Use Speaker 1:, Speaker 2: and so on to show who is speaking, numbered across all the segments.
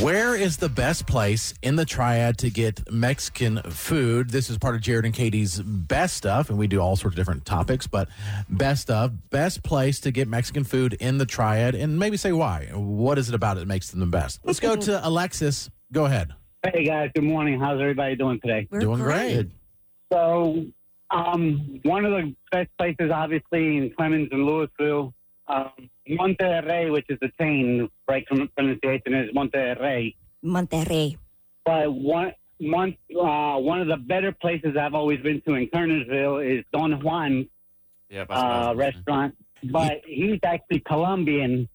Speaker 1: Where is the best place in the triad to get Mexican food? This is part of Jared and Katie's best stuff, and we do all sorts of different topics, but best of, best place to get Mexican food in the triad, and maybe say why. What is it about it that makes them the best? Let's go to Alexis. Go ahead.
Speaker 2: Hey guys, good morning. How's everybody doing today?
Speaker 3: We're
Speaker 1: Doing great.
Speaker 2: So, um, one of the best places, obviously, in Clemens and Louisville, um, Monterrey, which is the chain, right from pronunciation is Monterrey.
Speaker 3: Monterrey.
Speaker 2: But one, one, uh, one of the better places I've always been to in Kernersville is Don Juan
Speaker 4: Yeah, that's what I
Speaker 2: uh,
Speaker 4: was gonna say.
Speaker 2: restaurant, but he's actually Colombian,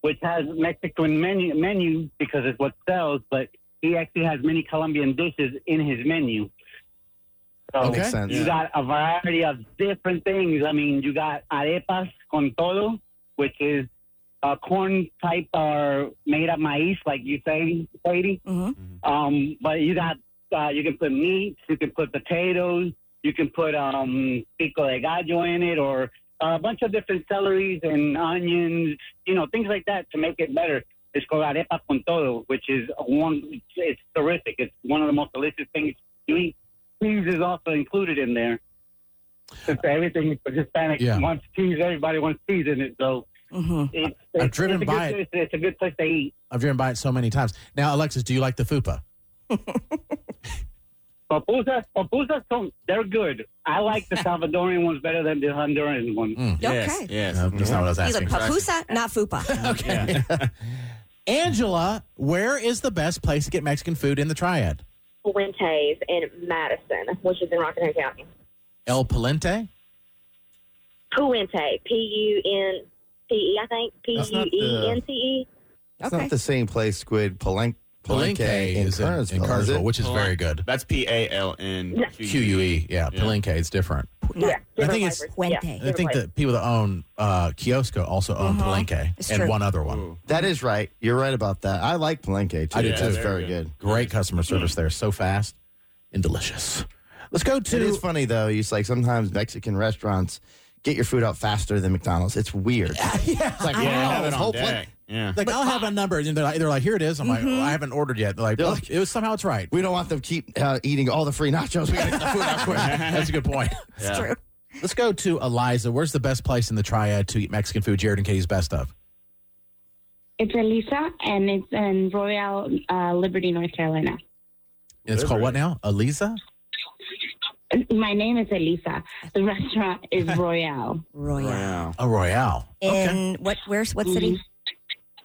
Speaker 2: which has Mexican menu menu because it's what sells. But he actually has many Colombian dishes in his menu. So
Speaker 1: Okay. Makes
Speaker 5: sense.
Speaker 2: you got a variety of different things. I mean, you got arepas con todo, which is a corn type or made of maize, like you say, Katie.
Speaker 3: Mhm.
Speaker 2: Um, but you got uh, you can put meats, you can put potatoes, you can put um, pico de gallo in it, or uh, a bunch of different celeries and onions, you know, things like that to make it better. It's called arepa con todo, which is one. It's terrific. It's one of the most delicious things you eat. Cheese is also included in there. Since everything for Hispanic
Speaker 1: Yeah.
Speaker 2: wants cheese, everybody wants cheese in it. So
Speaker 3: Mm-hmm.
Speaker 2: it's,
Speaker 1: I've
Speaker 2: it's,
Speaker 1: driven
Speaker 2: it's a
Speaker 1: by
Speaker 2: good, place- It's a good place to eat.
Speaker 1: I've driven by it so many times. Now, Alexis, do you like the fupa?
Speaker 2: Pupusas, pupusas, don't, they're good. I like the Salvadorian ones better than the Honduran ones.
Speaker 3: Okay.
Speaker 4: Yes, yes.
Speaker 1: No, Uh, that's not what I was
Speaker 3: He's like
Speaker 1: asking.
Speaker 3: papusa, not fupa.
Speaker 1: Okay. Angela, where is the best place to get Mexican food in the triad?
Speaker 6: Fuentes in Madison, which is in Rockingham County.
Speaker 1: El Palente?
Speaker 6: Puente, P U N T E, I think. P
Speaker 5: That's
Speaker 6: U
Speaker 5: not
Speaker 6: E
Speaker 5: the-
Speaker 6: N T E.
Speaker 5: It's
Speaker 3: Okay.
Speaker 5: not the same place, Squid. Palenque, Palenque, in
Speaker 1: is in, in
Speaker 5: Kernersville, is
Speaker 1: Kernersville,
Speaker 5: it?
Speaker 1: which is very good.
Speaker 4: That's P A L N
Speaker 1: Q U E, yeah.
Speaker 4: Yeah.
Speaker 1: Palenque is different.
Speaker 6: Yeah.
Speaker 1: I
Speaker 6: different
Speaker 1: think it's-
Speaker 6: flavors.
Speaker 3: Puente.
Speaker 6: Yeah,
Speaker 3: I
Speaker 1: I
Speaker 6: different
Speaker 1: think
Speaker 6: flavors.
Speaker 1: the people that own uh, Kiosco also own
Speaker 3: Uh-huh.
Speaker 1: Palenque
Speaker 3: It's
Speaker 1: and
Speaker 3: true.
Speaker 1: one other one.
Speaker 4: Ooh.
Speaker 5: That is right. You're right about that. I like Palenque too.
Speaker 1: I do,
Speaker 5: It's
Speaker 1: too.
Speaker 5: just
Speaker 4: Very
Speaker 5: very
Speaker 4: good.
Speaker 5: good.
Speaker 1: Great customer service there. So fast and delicious. Let's go to.
Speaker 5: It is funny though. You like sometimes Mexican restaurants get your food out faster than McDonald's. It's weird.
Speaker 1: yeah.
Speaker 5: It's like,
Speaker 3: I
Speaker 5: wow,
Speaker 3: know.
Speaker 4: Have it
Speaker 5: this
Speaker 4: on
Speaker 5: whole
Speaker 4: deck.
Speaker 5: plate.
Speaker 4: Yeah.
Speaker 1: Like, I'll have a number. And they're like, they're like here it is. I'm like, well, I haven't ordered yet. They're like,
Speaker 5: They're
Speaker 1: well,
Speaker 5: like-
Speaker 1: it was somehow it's right.
Speaker 5: We don't want them to keep uh, eating all the free nachos. We gotta get the food out quick.
Speaker 1: That's a good point.
Speaker 3: It's
Speaker 4: Yeah.
Speaker 3: true.
Speaker 1: Let's go to Eliza. Where's the best place in the triad to eat Mexican food? Jared and Katie's best of.
Speaker 7: It's Elisa, and it's in Royal uh, Liberty, North Carolina.
Speaker 1: And it's called what now? Eliza?
Speaker 7: My name is Elisa. The restaurant is Royal
Speaker 3: Royal.
Speaker 4: Wow.
Speaker 1: A Royale. Okay.
Speaker 3: And what? Where's what city?
Speaker 7: Mm-hmm.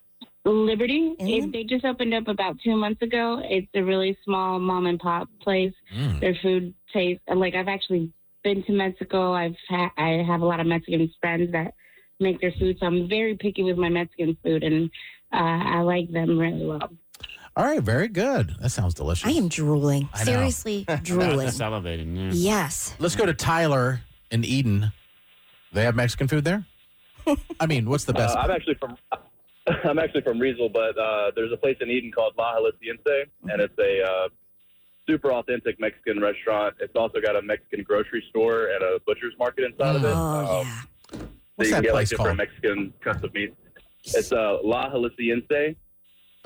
Speaker 7: Liberty.
Speaker 3: Mhm.
Speaker 7: It, they just opened up about two months ago. It's a really small mom and pop place.
Speaker 1: Mm.
Speaker 7: Their food tastes like I've actually been to Mexico. I've ha- I have a lot of Mexican friends that make their food, so I'm very picky with my Mexican food, and uh, I like them really well.
Speaker 1: All right. Very good. That sounds delicious.
Speaker 3: I am drooling.
Speaker 1: I know.
Speaker 3: Seriously, drooling.
Speaker 4: That's salivating. Yeah.
Speaker 3: yes.
Speaker 1: Let's go to Tyler and Eden. They have Mexican food there? I mean, what's the best?
Speaker 8: Uh, I'm actually from I'm actually from Riesel, but uh, there's a place in Eden called La Jalisciense, and it's a uh, super authentic Mexican restaurant. It's also got a Mexican grocery store and a butcher's market inside of it.
Speaker 3: Oh
Speaker 8: Um,
Speaker 3: yeah.
Speaker 8: So
Speaker 1: What's that
Speaker 8: you can get like
Speaker 1: place
Speaker 8: different
Speaker 1: called?
Speaker 8: Mexican cuts of meat. It's uh, La Jalisciense.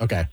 Speaker 1: Okay.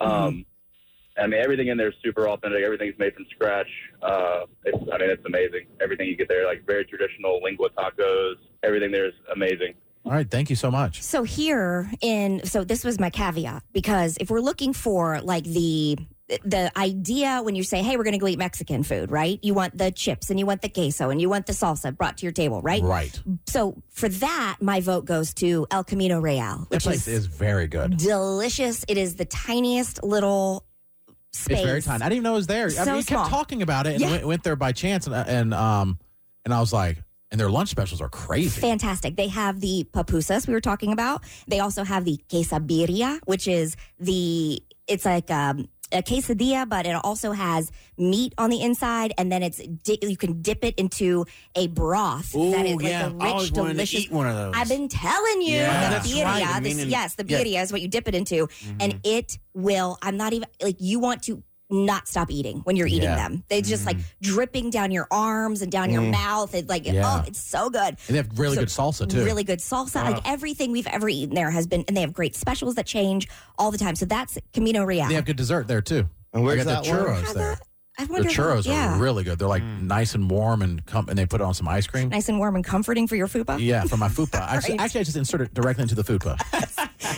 Speaker 8: Um,
Speaker 1: Mm-hmm.
Speaker 8: I mean, everything in there is super authentic. Everything's made from scratch. Uh, it's, I mean, it's amazing. Everything you get there, like very traditional lingua tacos. Everything there is amazing.
Speaker 1: All right. Thank you so much.
Speaker 3: So here in so this was my caveat because if we're looking for like the the idea when you say hey we're going to go eat Mexican food, right? You want the chips and you want the queso and you want the salsa brought to your table, right?
Speaker 1: Right.
Speaker 3: So for that my vote goes to El Camino Real,
Speaker 1: That
Speaker 3: which
Speaker 1: place
Speaker 3: is
Speaker 1: is very good.
Speaker 3: delicious. It is the tiniest little space.
Speaker 1: It's very tiny. I didn't even know it was there. I
Speaker 3: So
Speaker 1: mean, you
Speaker 3: small.
Speaker 1: kept talking about it and
Speaker 3: Yeah.
Speaker 1: went, went there by chance. And, and, um, and I was like, and their lunch specials are crazy.
Speaker 3: Fantastic. They have the papusas we were talking about. They also have the quesadilla, which is the it's like um, a quesadilla, but it also has meat on the inside, and then it's di- you can dip it into a broth that is like a
Speaker 4: I
Speaker 3: rich,
Speaker 4: always wanted
Speaker 3: delicious.
Speaker 4: to eat one of those.
Speaker 3: I've been telling you,
Speaker 4: Yeah,
Speaker 3: the
Speaker 4: that's
Speaker 3: birria.
Speaker 4: right. I
Speaker 3: this-
Speaker 4: mean, and-
Speaker 3: yes, the
Speaker 1: yeah. Mm-hmm.
Speaker 3: birria is what you dip it into,
Speaker 4: Mhm.
Speaker 3: and it will. I'm not even like you want to not stop eating when you're eating
Speaker 1: Yeah. Mm-hmm. Mm.
Speaker 3: them. They just like dripping down your arms and down your mouth. It like
Speaker 1: Yeah.
Speaker 3: oh, it's so good.
Speaker 1: And they have really
Speaker 3: So-
Speaker 1: good salsa too. Ah.
Speaker 3: Really good salsa. Like everything we've ever eaten there has been, and they have great specials that change all the time. So that's Camino Real.
Speaker 1: They have good dessert there too.
Speaker 5: And where's
Speaker 1: I got the
Speaker 5: that one?
Speaker 1: churros there.
Speaker 3: I
Speaker 1: The
Speaker 3: wonder. if-
Speaker 1: churros
Speaker 3: yeah.
Speaker 1: are really good. They're like
Speaker 4: Mm.
Speaker 1: nice and warm and com- and they put it on some ice cream.
Speaker 3: nice and warm and comforting for your fupa.
Speaker 1: Yeah, from my fupa. I just-
Speaker 3: Right.
Speaker 1: Actually, I just inserted it directly into the fupa.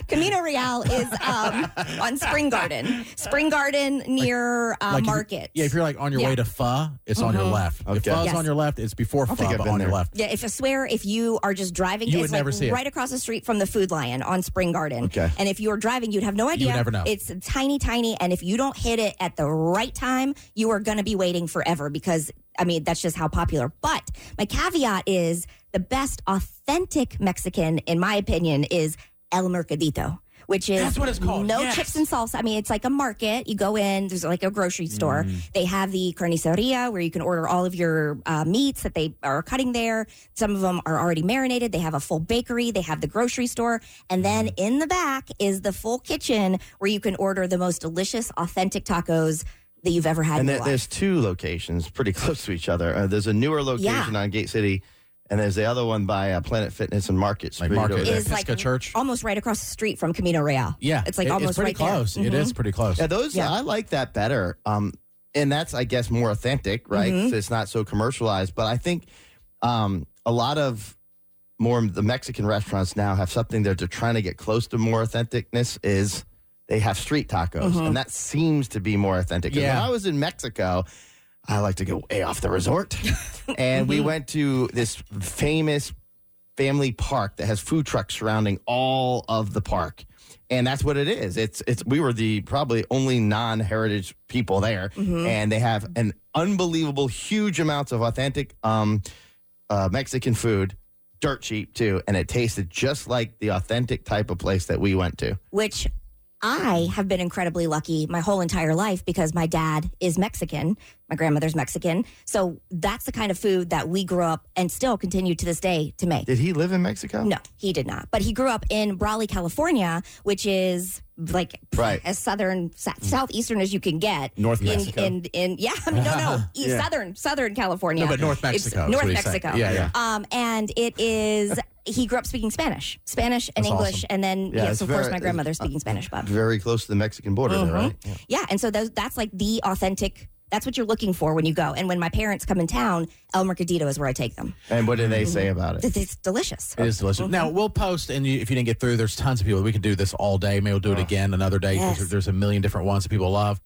Speaker 3: Camino Real is um, on Spring Garden. Spring Garden near uh,
Speaker 1: Like if you-
Speaker 3: Market.
Speaker 1: yeah, if you're like on your
Speaker 3: Yeah. Mm-hmm.
Speaker 1: way to pho, it's on your left. If
Speaker 5: Okay.
Speaker 1: pho's
Speaker 3: Yes.
Speaker 1: on your left, it's before pho,
Speaker 5: think I've
Speaker 1: but
Speaker 5: been
Speaker 1: on your
Speaker 5: there.
Speaker 1: left.
Speaker 3: Yeah, if I swear, if you are just driving,
Speaker 1: You
Speaker 3: it's
Speaker 1: would
Speaker 3: like
Speaker 1: never see it.
Speaker 3: right across the street from the Food Lion on Spring Garden.
Speaker 5: Okay.
Speaker 3: And if you were driving, you'd have no idea.
Speaker 1: never know.
Speaker 3: It's tiny, tiny, and if you don't hit it at the right time, you are going to be waiting forever because I mean that's just how popular. But my caveat is the best authentic Mexican, in my opinion, is El Mercadito. Which is
Speaker 1: That's what it's called,
Speaker 3: no
Speaker 1: yes.
Speaker 3: chips and salsa. I mean, it's like a market. You go in, there's like a grocery store.
Speaker 1: Mm.
Speaker 3: They have the carniceria where you can order all of your uh, meats that they are cutting there. Some of them are already marinated. They have a full bakery. They have the grocery store. And then
Speaker 1: Mm-hmm.
Speaker 3: in the back is the full kitchen where you can order the most delicious, authentic tacos that you've ever had in
Speaker 5: And
Speaker 3: your
Speaker 5: there,
Speaker 3: life.
Speaker 5: there's two locations pretty close to each other. Uh, there's a newer location on Gate City, and there's the other one by uh, Planet Fitness and Market Street.
Speaker 1: Like Market,
Speaker 5: over there.
Speaker 1: there.
Speaker 3: Is like-
Speaker 1: Pisca Church.
Speaker 3: Almost right across the street from Camino Real.
Speaker 1: Yeah,
Speaker 3: It's like
Speaker 1: it-
Speaker 3: almost
Speaker 1: it's pretty
Speaker 3: right there.
Speaker 1: close. It
Speaker 3: Mhm.
Speaker 1: is pretty close.
Speaker 5: Yeah, those
Speaker 3: Yeah.
Speaker 5: I like that better. Um, and that's I guess more authentic, right?
Speaker 3: Mhm.
Speaker 5: So it's not so commercialized. But I think um, a lot of more the Mexican restaurants now have something that they're trying to get close to more authenticness is they have street tacos,
Speaker 3: Mhm.
Speaker 5: and that seems to be more authentic. 'Cause
Speaker 1: Yeah.
Speaker 5: When I was in Mexico, I like to go way off the resort, and
Speaker 3: Mm-hmm.
Speaker 5: we went to this famous family park that has food trucks surrounding all of the park. And that's what it is. It's it's we were the probably only non-heritage people there
Speaker 3: Mm-hmm.
Speaker 5: and they have an unbelievable huge amounts of authentic um uh, Mexican food, dirt cheap too, and it tasted just like the authentic type of place that we went to.
Speaker 3: which I have been incredibly lucky my whole entire life because my dad is Mexican, my grandmother's Mexican. So that's the kind of food that we grew up and still continue to this day to make.
Speaker 5: Did he live in Mexico?
Speaker 3: No, he did not. But he grew up in Brawley, California, which is like
Speaker 5: Right.
Speaker 3: as southern sou- southeastern as you can get.
Speaker 4: North
Speaker 3: in,
Speaker 4: Mexico.
Speaker 3: In, in yeah, I mean, no, no, e-
Speaker 4: Yeah.
Speaker 3: southern southern California.
Speaker 1: no, but North
Speaker 3: It's
Speaker 1: Mexico. is
Speaker 3: North
Speaker 1: what he's saying.
Speaker 3: Mexico.
Speaker 1: Yeah, yeah.
Speaker 3: Um, and it is he grew up speaking Spanish, Spanish and
Speaker 1: That's
Speaker 3: English,
Speaker 1: awesome.
Speaker 3: and then
Speaker 5: Yeah,
Speaker 3: yes,
Speaker 5: it's
Speaker 3: of course,
Speaker 5: very-
Speaker 3: my grandmother speaking Spanish, but
Speaker 5: Very close to the Mexican border there,
Speaker 3: Mhm.
Speaker 5: right? Yeah.
Speaker 3: yeah, and so those, that's like the authentic. That's what you're looking for when you go. And when my parents come in town, El Mercadito is where I take them.
Speaker 5: And what did
Speaker 3: Mm-hmm.
Speaker 5: they say about it?
Speaker 3: It's, it's delicious.
Speaker 1: It is
Speaker 3: Mm-hmm.
Speaker 1: delicious. Now we'll post, and you, if you didn't get through, there's tons of people. We can do this all day. Maybe we'll do it again another day. 'cause
Speaker 3: Yes.
Speaker 1: There's a million different ones that people love.